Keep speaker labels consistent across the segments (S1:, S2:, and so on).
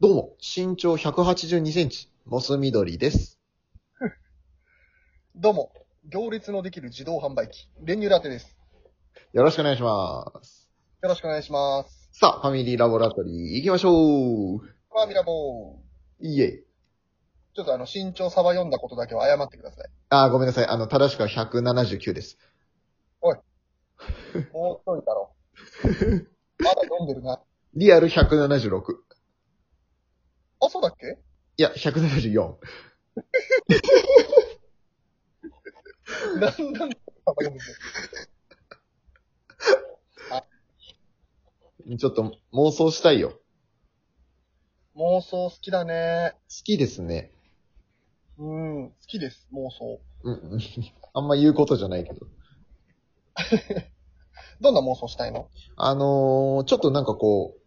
S1: どうも、身長182センチ、モス緑です。
S2: どうも、行列のできる自動販売機、練乳ラテです。
S1: よろしくお願いします。
S2: よろしくお願いします。
S1: さあ、ファミリーラボラトリー行きましょう。
S2: まあ、ミラボー。
S1: イエイ。
S2: ちょっとあの、身長差は読んだことだけは謝ってください。
S1: あー、ごめんなさい。あの、正しくは179です。
S2: もう一人 だろ。まだ読んでるな。
S1: リアル176。
S2: あ、そうだっけ
S1: いや、174。
S2: だんだん、あ読んでる。
S1: ちょっと妄想したいよ。好
S2: 妄想好きだね。
S1: きですね。
S2: うん、好きです、妄想。
S1: うんうん。あんま言うことじゃないけど。
S2: どんな妄想したいの
S1: あのー、ちょっとなんかこう、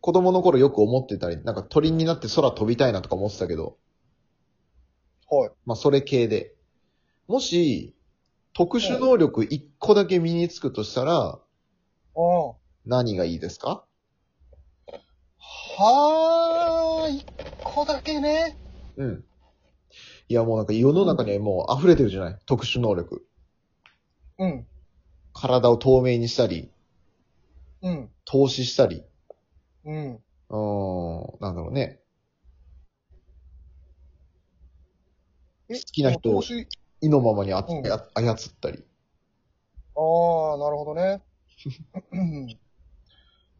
S1: 子供の頃よく思ってたり、なんか鳥になって空飛びたいなとか思ってたけど、
S2: はい。
S1: まあ、それ系で。もし、特殊能力1個だけ身につくとしたら、
S2: うん。
S1: 何がいいですか
S2: はー、一個だけね。
S1: うん。いや、もうなんか世の中にはもう溢れてるじゃない特殊能力。
S2: うん、
S1: 体を透明にしたり、
S2: うん、
S1: 透視したり、
S2: うん。
S1: うーん、なんだろうね。
S2: え
S1: 好きな人を
S2: 投資
S1: 意のままにあ、
S2: うん
S1: あ操ったり。
S2: あー、なるほどね。うん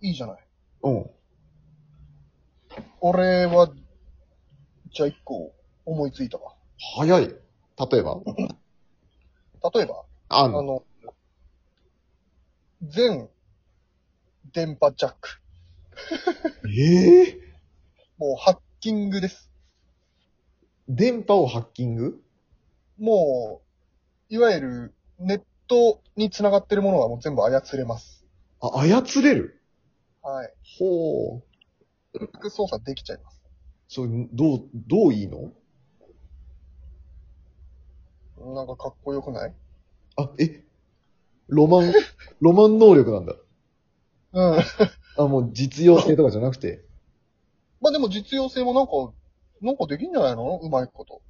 S2: いいじゃない。
S1: うん。
S2: 俺は、じゃあ一個思いついたわ。
S1: 早い。例えば
S2: 例えば、
S1: あ
S2: あ
S1: の、
S2: の、全電波ジャック。
S1: ええ
S2: もうハッキングです。
S1: 電波をハッキング
S2: もう、いわゆるネットに繋がってるものはもう全部操れます。
S1: あ、操れる
S2: はい。
S1: ほう。
S2: 操作できちゃいます。
S1: それ、どう、どういいの
S2: なんかかっこよくない
S1: あ、え、ロマン、 ロマン能力なんだ。
S2: うん。
S1: あ、もう実用性とかじゃなくて。
S2: まあでも実用性もなんか、なんかできんじゃないのうまいこと。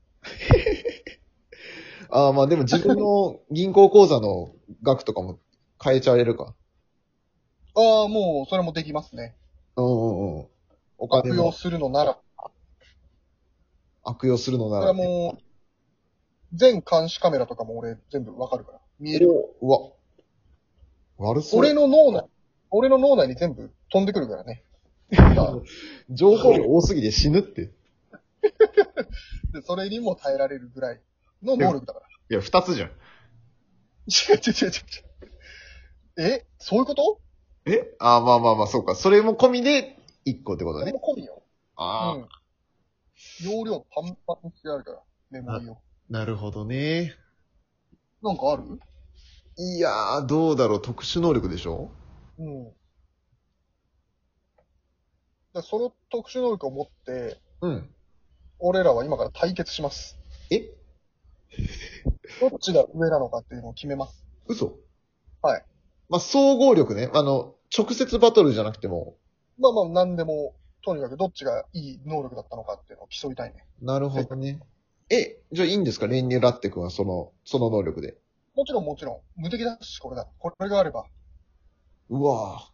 S1: あまあでも自分の銀行口座の額とかも変えちゃえるか。
S2: ああ、もうそれもできますね。
S1: うんうんうん。お金
S2: 悪用
S1: も
S2: するのなら。
S1: 悪用するのな
S2: それは
S1: ら、
S2: もう、全監視カメラとかも俺全部わかるから。見える。
S1: うわ。悪そう。
S2: 俺の脳内、俺の脳内に全部飛んでくるからね。
S1: 情報量多すぎて死ぬって。
S2: で、それにも耐えられるぐらいの能力だから。
S1: いや、二つじゃん。
S2: 違う違う違う違う。えそういうこと
S1: えあまあまあまあ、そうか。それも込みで一個ってこと
S2: それ
S1: ね。
S2: も込みよ。う
S1: ああ、
S2: ん。容量パンパンにしてあるから、メモリを。
S1: なるほどね。
S2: なんかある
S1: いやー、どうだろう。特殊能力でしょ
S2: うん。だからその特殊能力を持って、
S1: うん。
S2: 俺らは今から対決します。
S1: え
S2: どっちが上なのかっていうのを決めます。
S1: 嘘
S2: はい。
S1: まあ、総合力ね。あの、直接バトルじゃなくても。
S2: まあまあ、なんでも、とにかくどっちがいい能力だったのかっていうのを競いたいね。
S1: なるほどね。え、じゃあいいんですか練乳ラッテ君はその、その能力で。
S2: もちろんもちろん、無敵だし、これだ。これがあれば。
S1: うわぁ。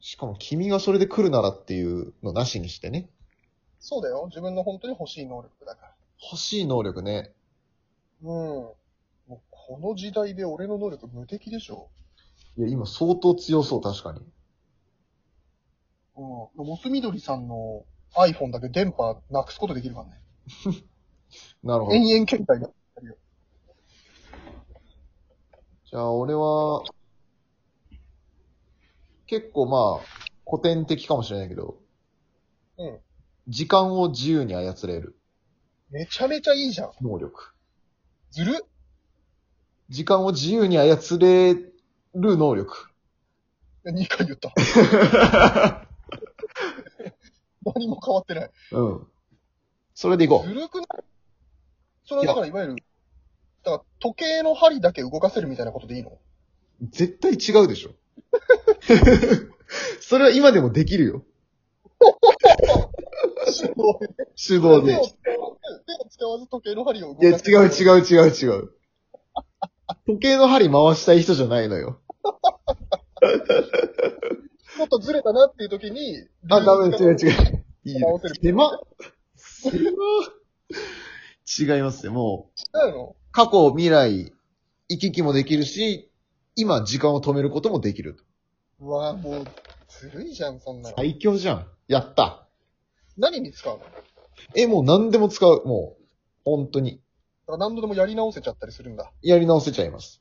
S1: しかも君がそれで来るならっていうのなしにしてね。
S2: そうだよ。自分の本当に欲しい能力だから。
S1: 欲しい能力ね。
S2: うん。もうこの時代で俺の能力無敵でしょ。
S1: いや、今相当強そう、確かに。
S2: うん。モス緑さんの iPhone だけ電波なくすことできるからね。
S1: なるほど。
S2: 延々携帯が。
S1: じゃあ俺は、結構まあ、古典的かもしれないけど、
S2: うん。
S1: 時間を自由に操れる
S2: めちゃめちゃいいじゃん。
S1: 能力。
S2: ずる
S1: 時間を自由に操れる能力。
S2: ?2 回言った。何も変わってない。
S1: うん。それでいこ
S2: ずるくないそれはだからいわゆる、だから時計の針だけ動かせるみたいなことでいいの
S1: う。 絶対違うでしょ。それは今でもできるよ。
S2: 手動
S1: 手動
S2: で。手を手
S1: で
S2: を。使わず時計の針を動
S1: いや、違う
S2: う。
S1: 違う違う違う。時計の針回したい人じゃないのよ。
S2: ちょっとずれたなっていう時に、
S1: あ、ダメです、違う違う。いい
S2: 合
S1: よ
S2: わせる。
S1: 狭っ狭っ違いますよ、もう。
S2: 違うの
S1: 過去、未来、行き来もできるし、今、時間を止めることもできる。
S2: うわぁ、もう、ずるいじゃん、そんなの。
S1: 最強じゃん。やった。
S2: 何に使うのだか
S1: え、もう何でも使う。もう、本当に。
S2: ら何度でもやり直せちゃったりするんだ。
S1: やり直せちゃいます。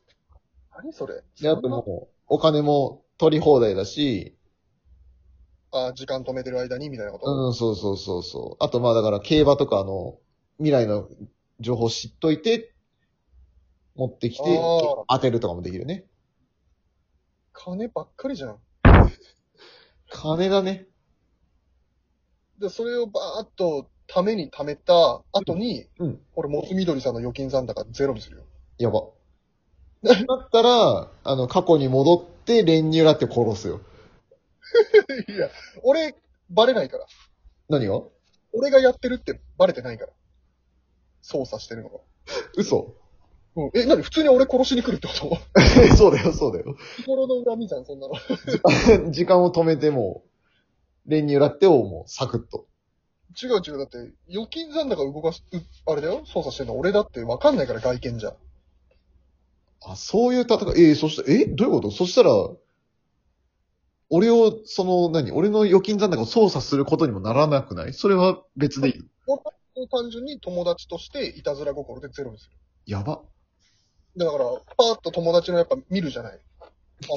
S2: 何それ
S1: で、あともう、お金も取り放題だし、
S2: あ、時間止めてる間に、みたいなこと。
S1: うん、そうそうそうそう。あと、まあだから、競馬とかの、未来の情報知っといて、持ってきて、
S2: あー
S1: 当てるとかもできるね。
S2: 金ばっかりじゃん。
S1: 金だね。
S2: で、それをばーっと、ために貯めた後に、
S1: うん。
S2: 俺、モスみどりさんの預金残高ゼロにするよ。
S1: やば。だったら、あの、過去に戻って、練乳ラって殺すよ。
S2: いや、俺、バレないから。
S1: 何が
S2: 俺がやってるってバレてないから。操作してるのが。
S1: 嘘
S2: うん。え、なに普通に俺殺しに来るってこと
S1: そうだよ、そうだよ。
S2: 心の恨みじゃん、そんなの。
S1: 時間を止めても、練乳ラってをもう、サクッと。
S2: 違う違う。だって、預金残高動かす、うあれだよ操作してるの俺だってわかんないから、外見じゃ。
S1: あ、そういう戦い、えーそしたえ、どういうことそしたら、俺を、その、何俺の預金残高を操作することにもならなくないそれは別でいい。
S2: 単純に友達として、いたずら心でゼロにする。
S1: やば。
S2: だから、パーッと友達のやっぱ見るじゃない。あ、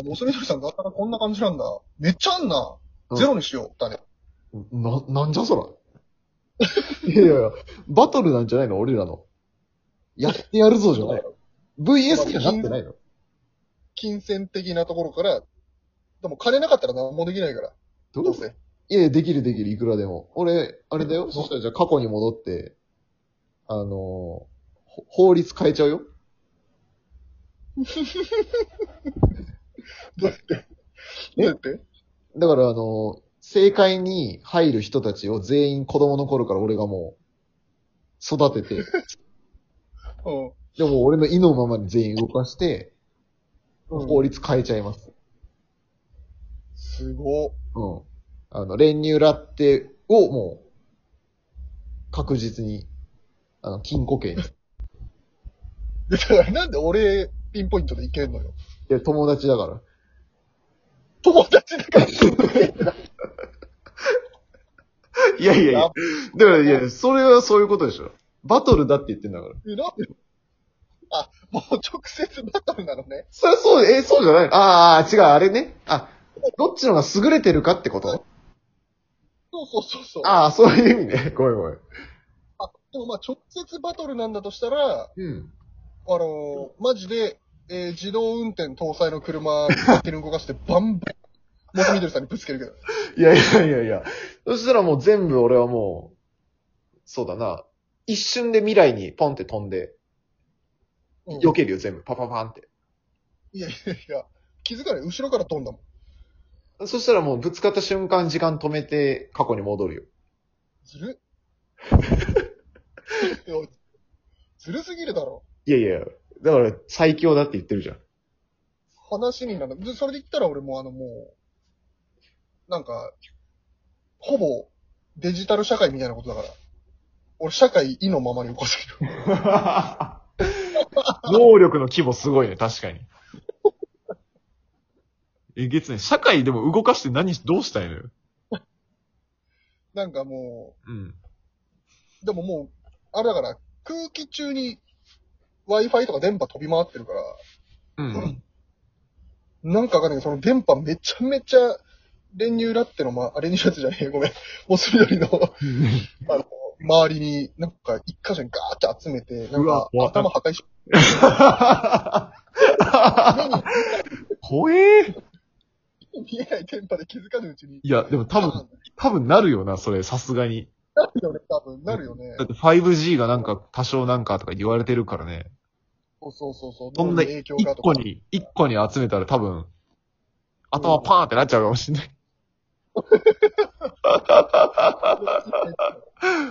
S2: モスみどりさんだったらこんな感じなんだ。めっちゃあんな。ゼロにしよう。だね。
S1: な、なんじゃそ ら。いやいやいや、バトルなんじゃないの俺らの。やってやるぞじゃない。VS にはなってないの。
S2: 金銭的なところから、でも金なかったら何もできないから。
S1: どうい
S2: ど
S1: う
S2: う
S1: こと
S2: せ。
S1: いやいや、できるできる、いくらでも。俺、あれだよ。そしたらじゃあ過去に戻って、あのーほ法律変えちゃうよ。
S2: どうやって
S1: え
S2: どうやって
S1: だからあの、政界に入る人たちを全員子供の頃から俺がもう、育てて、
S2: うん。
S1: でも俺の意のままに全員動かして、
S2: う
S1: 法
S2: ん、
S1: 律変えちゃいます。
S2: すご。
S1: う ん。あの、練乳ラテをもう、確実に、あの、金庫券に。
S2: いやだからなんで俺、ピンポイントでいけんのよ。
S1: で、友達だから。
S2: 友達だから。
S1: いやい
S2: やいや
S1: だからいや、それはそういうことでしょ。バトルだって言ってんだから。
S2: えなんであ、もう直接バトルなのね。
S1: それそう、え、そうじゃないのああ、違う、あれね。あ、どっちのが優れてるかってこと
S2: そうそうそうそう。
S1: ああ、そういう意味ね。ごめんごめん。
S2: でもまあ直接バトルなんだとしたら、
S1: うん。
S2: あのーマジで、えー自動運転搭載の車、勝手に動かして、バンバン、モスみどりさんにぶつけるけど。
S1: いやいやいやいや。そしたらもう全部俺はもう、そうだな。一瞬で未来にポンって飛んで、
S2: うん
S1: 避けるよ、全部。パパパンって。
S2: いやいやいや、気づかない。後ろから飛んだもん。
S1: そしたらもうぶつかった瞬間、時間止めて、過去に戻るよ。
S2: ずる。いやずるすぎるだろ。
S1: いやいや、だから最強だって言って るじゃん。
S2: 話になる。で、それで言ったら俺もうあのもう、なんか、ほぼデジタル社会みたいなことだから。俺社会意のままに起こすけど。
S1: 能力の規模すごいね、確かに。えげつね。社会でも動かして何、どうしたいのよ。
S2: なんかも
S1: うん。
S2: う、でももう、あれだから空気中に Wi-Fi とか電波飛び回ってるから、
S1: うん。
S2: なんかわかんないけど、その電波めちゃめちゃ練乳ラってのま、あ、練乳ラってじゃねえ、ごめん。モス緑の、あの、周りに、なんか、一箇所にガーって集めて、なん
S1: うわ
S2: か、頭破壊し、
S1: 怖え。
S2: 見えない電波で気づかぬうちに。
S1: いや、でも多分、多分なるよな、それ、さすがに。
S2: なるよね、多分。なるよね
S1: だ。って 5G がなんか多少なんかとか言われてるからね。
S2: そうそうそうそう。
S1: そんな
S2: どういう
S1: 一
S2: 影響がと
S1: 個
S2: か。
S1: に、一個に集めたら多分、頭パーンってなっちゃうかもしんない。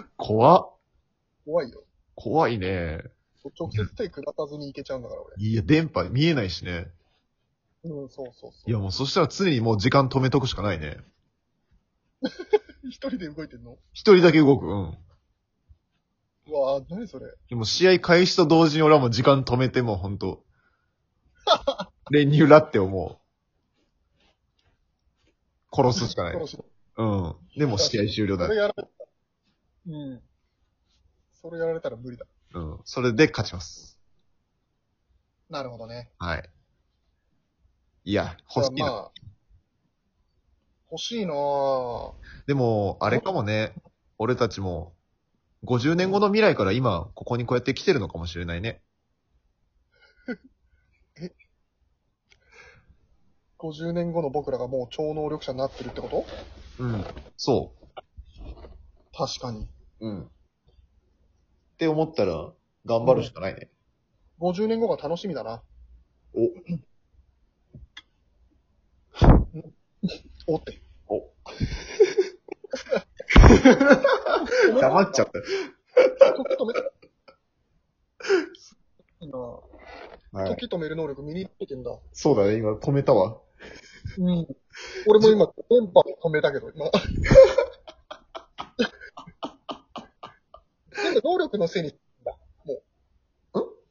S1: 怖っ。
S2: 怖いよ。
S1: 怖いね。
S2: 直接手下さずに行けちゃうんだから、俺。
S1: いや、電波見えないしね。
S2: うん、そうそうそう。
S1: いや、もうそしたら常にもう時間止めとくしかないね。
S2: 一人で動いてんの
S1: 一人だけ動く。うん。
S2: うわぁ、何それ。
S1: でも試合開始と同時に俺はもう時間止めてもうほん と。練乳ラって思う。殺すしかない。
S2: 殺し
S1: うん。でも試合終了だ
S2: そ。れやられた。うん。それやられたら無理だ。
S1: うん。それで勝ちます。
S2: なるほどね。
S1: はい。いや、
S2: じゃ
S1: 欲
S2: あ
S1: しいな。
S2: まあ、欲しいなぁ。
S1: でも、あれかもね。俺たちも、50年後の未来から今、ここにこうやって来てるのかもしれないね。
S2: 50年後の僕らがもう超能力者になってるってこと
S1: うん。そう。
S2: 確かに。
S1: うん。って思ったら、頑張るしかないね。
S2: 50年後が楽しみだな。
S1: お。
S2: おって。
S1: お。黙っちゃった。
S2: 時止め、いいなぁ
S1: はい。
S2: 時止める能力身につけてんだ。
S1: そうだね、今止めたわ。
S2: うん。俺も今、電波を止めたけ ど、今。全部能力のせいに、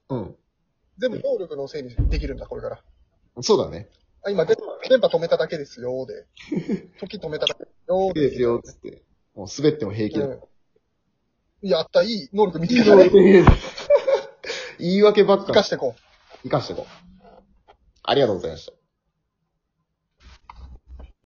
S1: うん。
S2: 全部能力のせいにできるんだ、これから。
S1: そうだね。
S2: あ、今、電波電波止めただけですよ、で。 時止めただけですよ、で。
S1: ですよ、つって。もう滑っても平気だ。
S2: うん、やった、いい能力見つけた ね。
S1: 言い訳ばっ
S2: 生か
S1: か
S2: していこう。
S1: 生かしてこう。ありがとうございました。